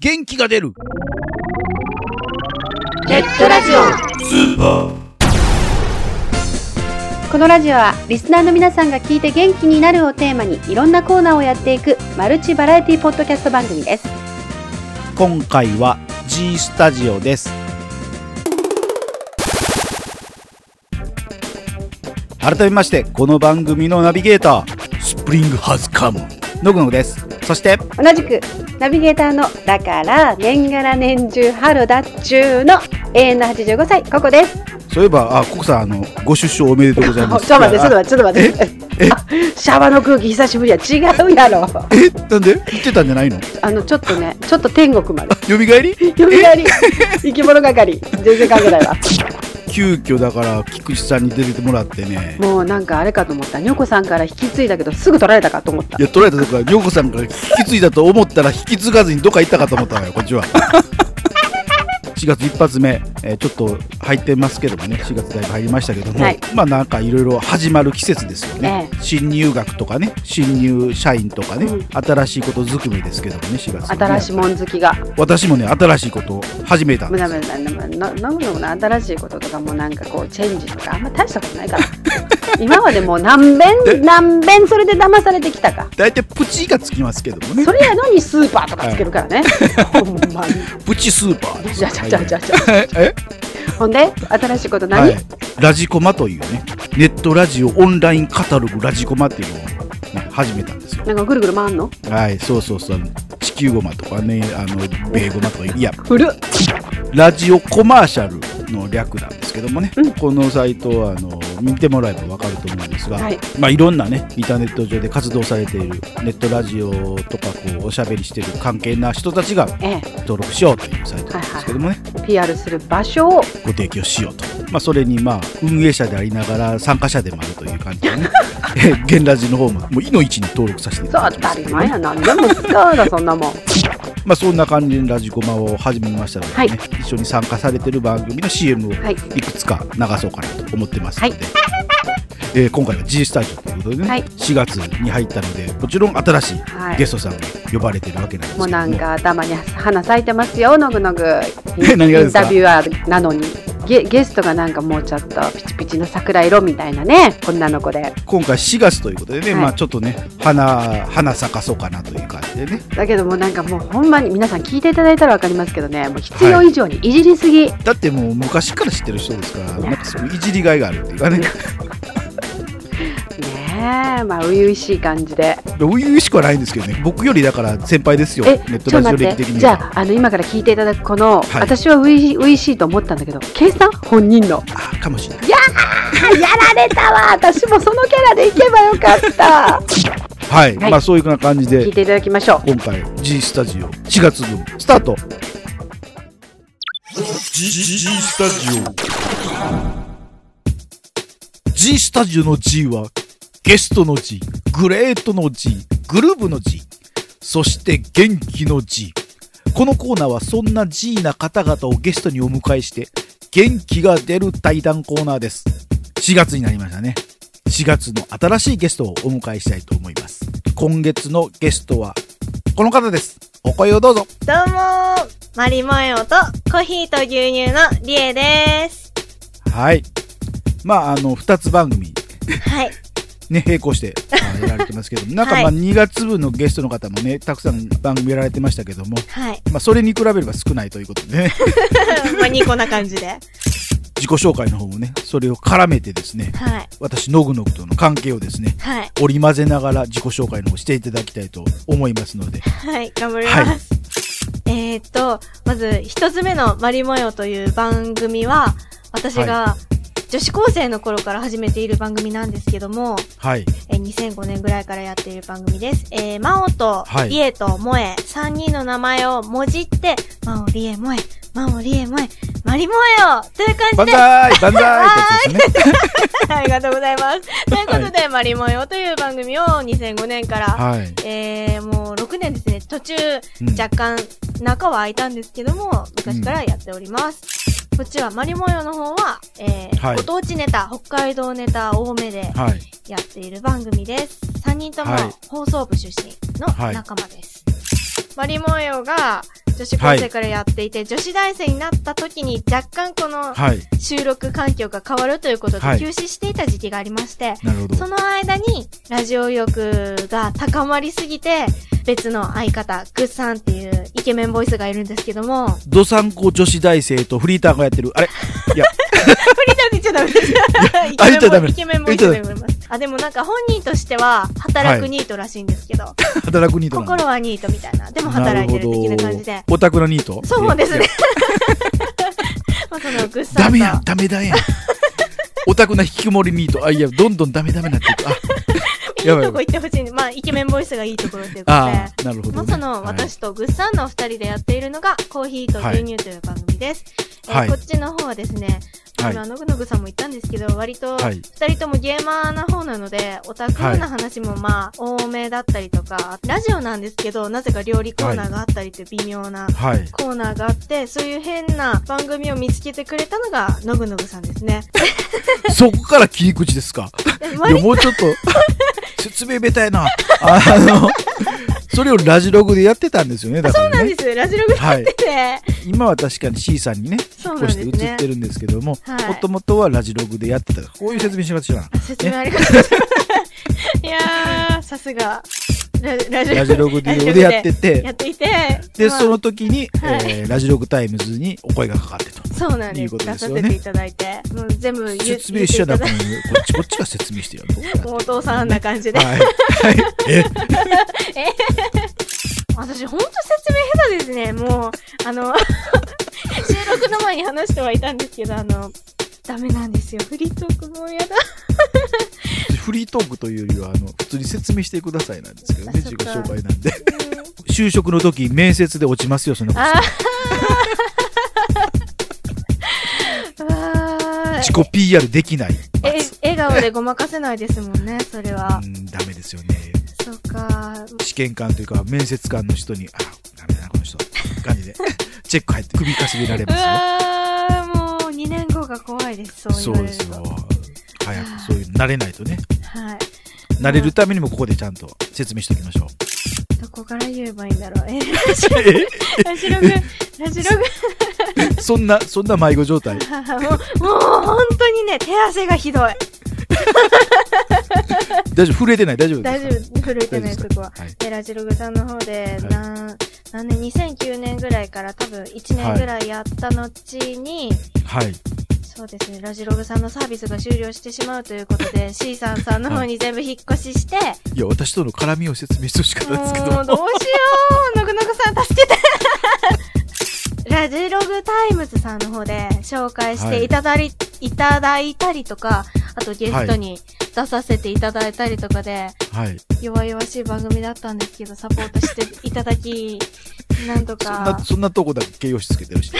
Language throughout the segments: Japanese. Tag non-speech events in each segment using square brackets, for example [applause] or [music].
元気が出るネットラジオこのラジオはリスナーの皆さんが聞いて元気になるをテーマにいろんなコーナーをやっていくマルチバラエティポッドキャスト番組です今回は G スタジオです改めましてこの番組のナビゲータースプリングハズカムのぐのぐですそして同じくナビゲーターのだから年がら年中春だっちゅうの永遠の85歳ここですそういえばあココさんあのご出所おめでとうございあます [laughs] ちょっと待ってちょっと待ってちょっと待ってあシャワーの空気久しぶりや違うやろえなんで言ってたんじゃないのあのちょっとねちょっと天国まで蘇りよみがえり生き物係全然関係ないわ急遽だから菊池さんに出てもらってねもうなんかあれかと思ったにょこさんから引き継いだけどすぐ取られたかと思ったいや取られたとこから涼子さんから引き継いだと思ったら引き継がずにどっか行ったかと思ったのよこっ [laughs] ちは4月一発目、えーちょっと入ってますけどもね4月だいぶ入りましたけども、はいまあなんかいろいろ始まる季節ですよね、え新入学とかね新入社員とかね、うん新しいことづくめですけどもね4月はね新しいもん好きが私もね新しいことを始めたんむですなむなむな飲むのもな新しいこととかもなんかこうチェンジとかあんま大したことないから今までもう何え遍何遍それで騙されてきたか大体プチがつきますけどもねそれやのにスーパーとかつけるからね、ほんまにプチスーパーですじゃじゃじゃじゃじゃはいえほんで新しいことは何、い、ラジコマというねネットラジオオンラインカタログラジコマっていうのを、ね、始めたんですよなんかぐるぐる回んのはいそうそうそう地球ゴマとかねあのベーゴマとかいや古っラジオコマーシャルの略なんですけどもね、うんこのサイトはあの見てもらえば分かると思うんですが、はいいまあ、いろんなねインターネット上で活動されているネットラジオとかこうおしゃべりしてる関係な人たちがえ登録しようというサイトなんですけどもね、え PR する場所をご提供しようと、まあ、それにまあ運営者でありながら参加者でもあるという感じでね [laughs] え現ラジの方ももういの一に登録させていそただう当きまたすり前や何でも使うだそんなもんまあ、そんな感じでラジコマを始めましたので、ねはい一緒に参加されてる番組の CM をはいいくつか流そうかなと思ってますので、はいえー今回は G スタジオということでね、はい4月に入ったのでもちろん新しいはいゲストさんが呼ばれてるわけなんですけどももうなんか頭に花咲いてますよ、のぐのぐ。イン何がですかタビュアーなのに。ゲゲストがなんかもうちょっとピチピチの桜色みたいなね、女の子で。今回4月ということでね、はいまあ、ちょっとね花花咲かそうかなという感じでねだけどもうなんかもうほんまに皆さん聞いていただいたらわかりますけどね、もう必要以上にいじりすぎ。だってもう昔から知ってる人ですからなんかそういういじりがいがあるっていうかねでねえ、まあ初々しい感じで。初々しくはないんですけどね僕よりだから先輩ですよネえ、ッちトょラっとジオ待歴って。的にじゃあ、あの今から聞いていただくこの、はい私は初々しいと思ったんだけど、計算本人の。あかもしれないいやー、やられたわ私もそのキャラでいけばよかった [laughs] はい、はいまあそういうような感じ聞いでていただきましょう。今回 G スタジオ4月分スタート G スタジオ G スタジオの G はゲストの G グレートの G グルーブの G そして元気の G このコーナーはそんな G な方々をゲストにお迎えして元気が出る対談コーナーです4月になりましたね4月の新しいゲストをお迎えしたいと思います今月のゲストはこの方ですお声をどうぞどうもーマリモエオとコーヒーと牛乳のリエです。はいまああの2つ番組はい。ね並行 [laughs] してあのやられてますけどもなんかまあはい2月分のゲストの方もねたくさん番組やられてましたけども [laughs] はい。まあそれに比べれば少ないということで [laughs] ねまあ、ニコな感じで。自己紹介の方もねそれを絡めてですねはい。私ノグノグとの関係をですねはい。織り交ぜながら自己紹介の方していただきたいと思いますのではい。頑張ります。えーっと、まず、一つ目のマリモエオという番組は、私が女子高生の頃から始めている番組なんですけども、はいえー2005年ぐらいからやっている番組です。えー、マオとはいリエとモエ、3人の名前をもじって、マオ、リエ、モエ、マオ、リエ、モエ、マリモエオという感じ万 [laughs] で、歳万歳ってやつですね [laughs] ありがとうございます。 [laughs] ということで、マリモヨという番組を2005年から、はい。えー、もう6年ですね。途中、うん若干、中は空いたんですけども、昔からやっております。こっちは、マリモヨの方は、えーはいご当地ネタ、北海道ネタ多めではい。やっている番組です。3人ともはい放送部出身の仲間です。マリモヨが女子高生からやっていて、女子大生になった時に若干このはい。収録環境が変わるということではい休止していた時期がありまして、なるほど。その間にラジオ欲が高まりすぎて、別の相方、グッさんっていうイケメンボイスがいるんですけど [laughs] も、フドサンコ女子大生とフリーターがやってる。あれいや、リーダーで言っちゃダメです。イあ言っちゃケメダンボメイイケメンボイスでございます。あ、でもなんか本人としては働くニートらしいんですけど、働くニートなんだ心はニートみたいな。でも働いてる的な感じでなる。ほどオタクなニートそうですいねや。 [laughs] まあそのグッさダんとメやん、ダメ [laughs] だやん。オタクな引きこもりニート。あ、いや、どんどんダメダメなっていく。あ、いいとこ行ってほしいんで。まあ、イケメンボイスがいいところということで。あーなるほもど、うね。その、私とグッサンのお二人でやっているのが、コーヒーと牛乳という番組ではす。いえーこっちの方はですね、はい今、のぐのぐさんも言ったんですけど、割と、はい。は二い。人ともゲーマーな方なので、オタクな話もまあ、多めだったりとか、ラジオなんですけど、なぜか料理コーナーがあったりという微妙な [laughs] はい。コーナーがあって、そういう変な番組を見つけてくれたのが、のぐのぐさんで [laughs] すね。そこから切り口ですか。でい割や、もうちょっと、 [laughs] 説明べたいな。あの、それをラジログでやってたんですよね、だから、ね。そうなんです。ラジログやってて、今は確かに C さんにね、そうこなんうでしてす映ねっ。てるんですけども、はいもともとはラジログでやってた。こういう説明しがちだ [laughs] な。説明ありがとうござい [laughs] ます。いやー、さすが。ララジラジログでラジロでやってて、やっていて。で、まあその時に、はいえーラジログタイムズにお声がかかってと。そうなんいでうす。こと出でさすせよねていただいて。もう全部言説明しちゃダメ言っていただいて。こっち、 [laughs] こっちが説明してよ。どうやって強盗さんあんな感じで。はい。はい。え、私、ほんと説明下手ですね。もう、あの、 [laughs] 収録の前に話してはいたんですけど、あの、ダメなんですよ。フリートークもうやだ。フリートークというよりは、あの、普通に説明してくださいなんですけどね、あ自そっ己か紹介なんで。就職の時、面接で落ちますよ、そのこと。 [laughs] あー。わー自己 PR できない。え、笑顔でごまかせないですもんね、それはう。ん、ダメですよね。そうか。試験官というか面接官の人に「あダメだなこの人」感じでチェック入って首かしげられうまわー、もう2年後が怖いです、すそようそ言うわでれすると。よ早くそういう慣れないとねはい。慣れるためにもここでちゃんと説明しておきましょうどこから言えばいいんだろう。えー、えラジログ、ラジログ。そんなそんな迷子状態もう、もう本当にね、手汗がひどい。大丈夫震えてない大丈夫で大すか丈夫、震えてない、大丈夫ですそかこは。はいで、ラジログさんの方で、いなん、なんで2009年ぐらいから多分1年ぐらいやった後に、はいそうですね、ラジログさんのサービスが終了してしまうということ [laughs] で、C さんさんの方に全部引っ越しして、いや私との絡みを説明してほしかったんですけもうどうどしようのぐのぐさん助けて [laughs] ラジログタイムズさんの方で紹介していただり、い、ただいたりとか、あとゲストに出させていただいたりとかで、はい弱々しい番組だったんですけど、サポートしていただき、なんとそんなか、そんなとこだけ形容詞つけてるし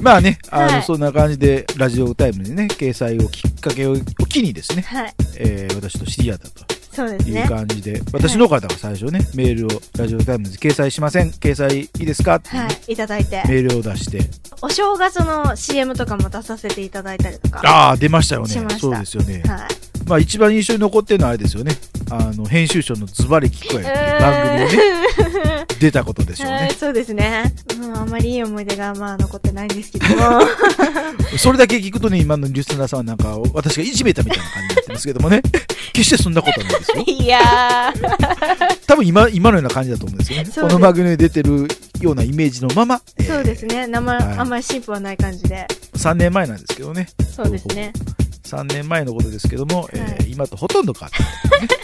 まあねあの、はいそんな感じでラジオタイムにね掲載をきっかけを機にですね、はい、えー私と知り合ったとそうですいうね。感じで、私の方が最初ね、メールをラジオタイムズ掲載しません、掲載いいですかっていうね、はい、いただいて。メールを出して、お正月の CM とかも出させていただいたりとか。ああ、出ましたよねしましたそうですよね。はい。まあ一番印象に残ってるのはあれですよね、あの、編集長のズバリ聞こえっていう番組にね、ね。出たことでしょうはいね。そうですね。うん、あまりいい思い出が、まあ、残ってないんですけども。それだけ聞くとね、今のリスナーさんはなんか、私がいじめたみたいな感じになってますけども [laughs] ね、決してそんなことはないですよ。 [laughs] いやー、多分今、今のような感じだと思うんですよね。すこの番組に出てるようなイメージのまま、えー [laughs] そうですね。生、はいあんまり進歩はない感じで。 3年前なんですけどね、そうですね。 3年前のことですけども、えー今とほとんど変わってない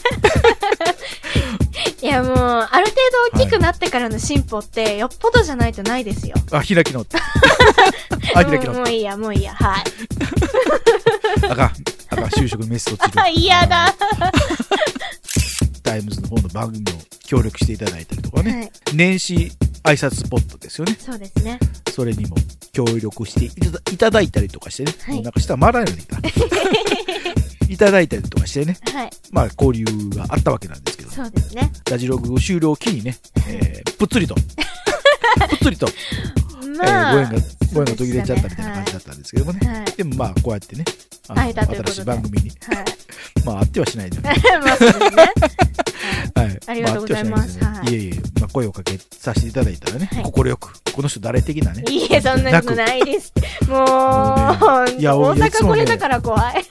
いや、もう、ある程度大きくなってからの進歩って、よっぽどじゃないとないですよ。あ開き直った [laughs] あ開きもう直もっういいや、もういいや、はい。たあかんあかん就職のメスと散ある嫌だ。はタイムズの方の番組も協力していただいたりとかね、い。年始挨拶スポットですよねそうですね。それにも協力していただいただいたりとかしてね、はいもうなんかしたら回らないのにいた [laughs] いただいたりとかしてねはい。まあ交流があったわけなんですけどそうですね。ラジログ終了を機にね、えーぷっつ [laughs] りとぷっつりと、えーまあ。ご縁がご縁が途切れちゃったみたいな感じだっったんですけどもね、た。はい。でもまあこうやってねあのはいだということで新しい番組に。はい。 [laughs] まあ、あってはしないで。はい。まあそうですね。ありまがあとうございますあってはしないですねいえいえ、まあ、声をかけさせていただいたらね、はい快く、この人誰的なね。いいえ、そんなことい。ないです。もう、もうねいや大俺いつ阪もこねれだから怖い。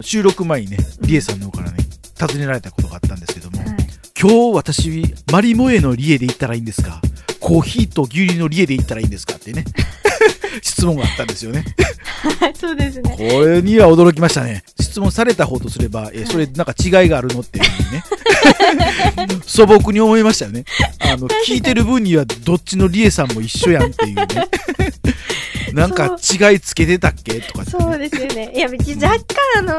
収録前にね、リエさんの方からね、尋ねられたことがあったんですけども、はい今日私、マリモエのリエで行ったらいいんですかコーヒーと牛乳のリエで行ったらいいんですかって [laughs] ね、質問があったんですよね。はい、そうですね。これには驚きましたね。質問された方とすれば、えーそれなんか違いがあるのっていうふうにね。 [laughs] 素朴に思いましたよね。あ [laughs] の、聞いてる分にはどっちのリエさんも一緒やんっていうね。なんか違いつけてたっけとかってね、そうですよね。いや、別に若干あの、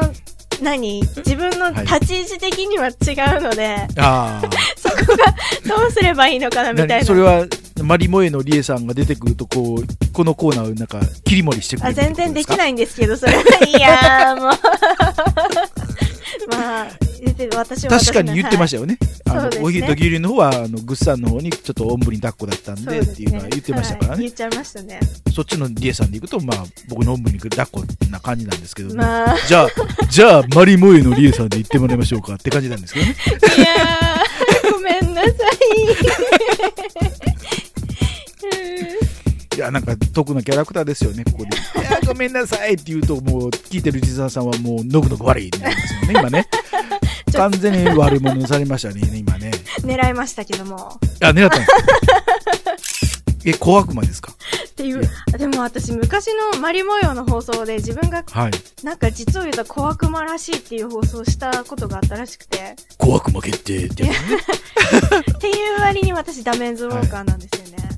何自分の立ち位置的には違うので、ああ。そこがどうすればいいのかなみたい何な。それは、マリモエのリエさんが出てくると、こう、このコーナーをなんか切り盛りしてくれる。あ全然できないいんですけ [laughs] ど、それは。いやー、もう。 [laughs] まあ、で私は確かに言ってまししたよね。はいあその、うですねコーヒーと牛乳の方は、あの、グッサンの方にちょっとおんぶに抱っこだったんでっていうのは言ってましたからね言。っちゃいましたね。そっちのリエさんで行くと、まあ、僕のおんぶに抱っこな感じなんですけども、まあ、じゃあ、じゃあ、マリモエのリエさんで行ってもらいましょうかって感じなんですけどね。いやー、ごめん [laughs] なさい。 [laughs] いや、なんか、得なキャラクターですよね、ここで。いや、ごめんなさいって言うと、もう、聞いてるリスナーさんはもう、のぐのぐ悪いになりますよね、 [laughs] 今ね。完全に悪者にされましたね、今ね。狙いましたけども。あ、狙ったん [laughs] ですかえ、小悪魔ですかっていう、でも私昔のマリ模様の放送で自分がはい。なんか実を言うと小悪魔らしいっていう放送をしたことがあったらしくて、小悪魔決定ってや [laughs] つね。っていう割に私ダメンズウォーカーなんですよね。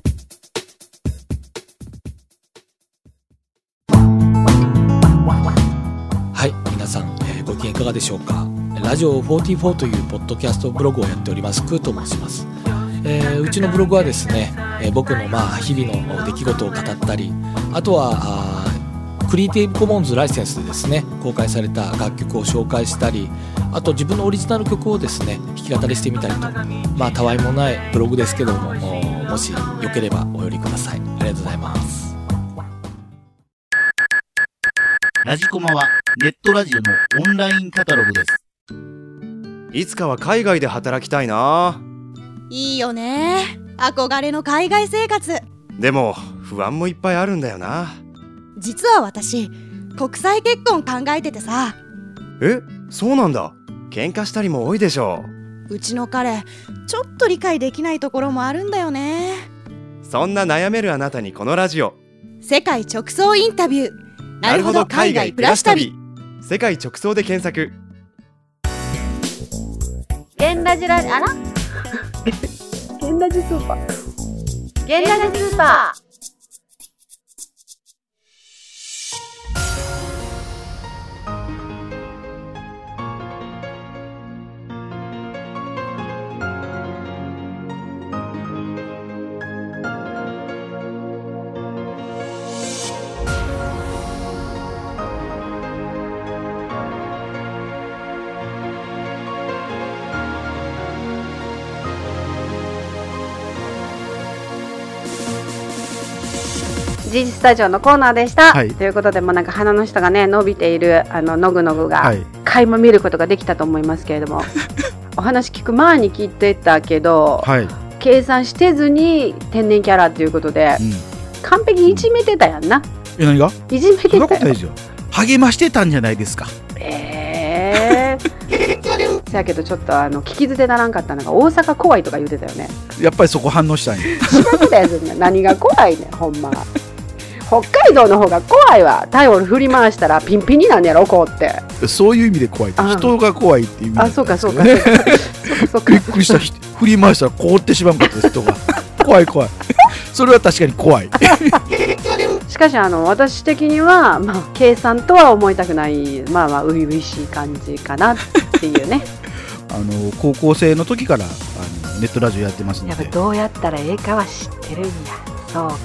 はい皆さん、えーご機嫌いかがでしょうかラジオ44というポッドキャストブログをやっておりますクーと申します、えーうちのブログはですね、えー僕のまあ日々の出来事を語ったりあとはあークリエイティブコモンズライセンスでですね公開された楽曲を紹介したりあと自分のオリジナル曲をですね弾き語りしてみたりとまあたわいもないブログですけどもおもしよければお寄りくださいありがとうございますラジコマはネットラジオのオンラインカタログです。いつかは海外で働きたいないいよね憧れの海外生活でも不安もいっぱいあるんだよな実は私国際結婚考えててさえそうなんだ喧嘩したりも多いでしょうちの彼ちょっと理解できないところもあるんだよねうそんな悩めるあなたにこのラジオ世界直送インタビューなるほど海外プラス旅世界直送で検索ゲンラジラあらゲンラジスーパーゲンラジスーパージジスタジオのコーナーでした、はいということでもうなんか鼻の下がね伸びているあののぐのぐが、はい。垣間見ることができたと思いますけれど [laughs] もお話聞く前に聞いてたけど、はい。計算してずに天然キャラということでうん。完璧にいじめてたやんなえ、何がいじめてそんなたことないよですよ。励ましてたんじゃないですか。え [laughs] えー、せやけどちょっとあの聞き捨てならんかったのが大阪怖いとか言ってたよねやっぱりそこ反応したんや。知らんことやつに何が怖いねんほんま北海道の方が怖いわタオル振り回したらピンピンになんねやろこうってそういう意味で怖いって。あ人が怖いっていう意味だあったそうんでかすけどねそうかそうかそうかびっくりした。振り回したら凍ってしまうんかったです、人 [laughs] が。怖い怖い。それは確かに怖い。しかしあの私的には、まあ、計算とは思いたくないまあまあ初々しい感じかなっていうねあの、高校生の時から、あの、ネットラジオやってますの [laughs] やっぱで、どうやったらええかは知ってるんやそうか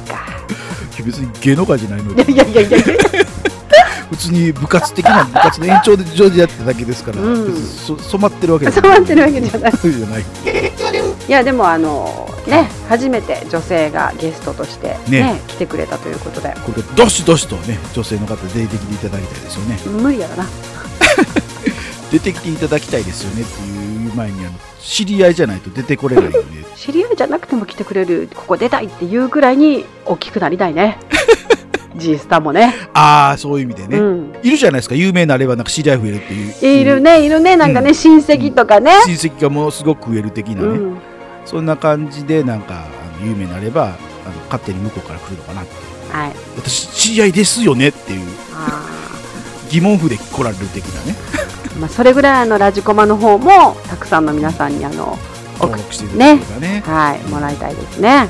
別に芸能界じゃないのでい、やいやいやいや普通に部活的な部活の延長で上でやってただけですから、うん別にそ染まってるわけじゃない染まってるわけじゃないそうじゃないいやでもあのね初めて女性がゲストとして、ねね来てくれたということでこれどしどしとね女性の方出てきていただきたいですよね無理やろな出てきていただきたいですよねっていう前にあの知り合いじゃないと出てこれないので [laughs] 知り合いじゃなくても来てくれるここ出たいっていうぐらいに大きくなりた [laughs] いね G スタもねああそういう意味でね、うん、いるじゃないですか有名になればなんか知り合い増えるっていういるねいるねなんかね、う親戚とかね、親戚がものすごく増える的なうね、ん、そんな感じでなんかあの有名になればあの勝手に向こうから来るのかなってはい私知り合いですよねっていうあ疑問符で来られる的なねーまあそれぐらいあのラジコマの方もたくさんの皆さんにあの登録していただければねはいもらいたいですねあの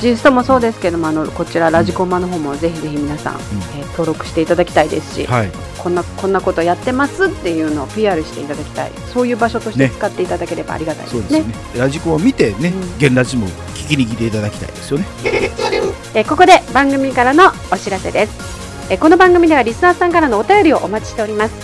G スタもそうですけどもあのこちらラジコマの方もぜひぜひ皆さん、えー登録していただきたいですし、はいこんなこんなことやってますっていうのを PR していただきたいそういう場所としてね使っていただければありがたいですそうでねすねラジコンを見てねうん現ラジも聞きに来ていただきたいですよねえーここで番組からのお知らせですえーこの番組ではリスナーさんからのお便りをお待ちしております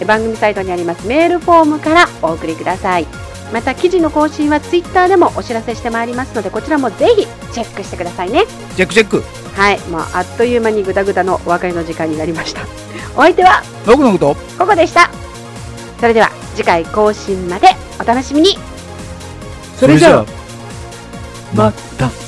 えー番組サイトにありますメールフォームからお送りくださいまた記事の更新はツイッターでもお知らせしてまいりますのでこちらもぜひチェックしてくださいねチェックチェックはいもうあっという間にグダグダのお別れの時間になりました [laughs] お相手はノクノクとここでしたそれでは次回更新までお楽しみにそれじゃあまた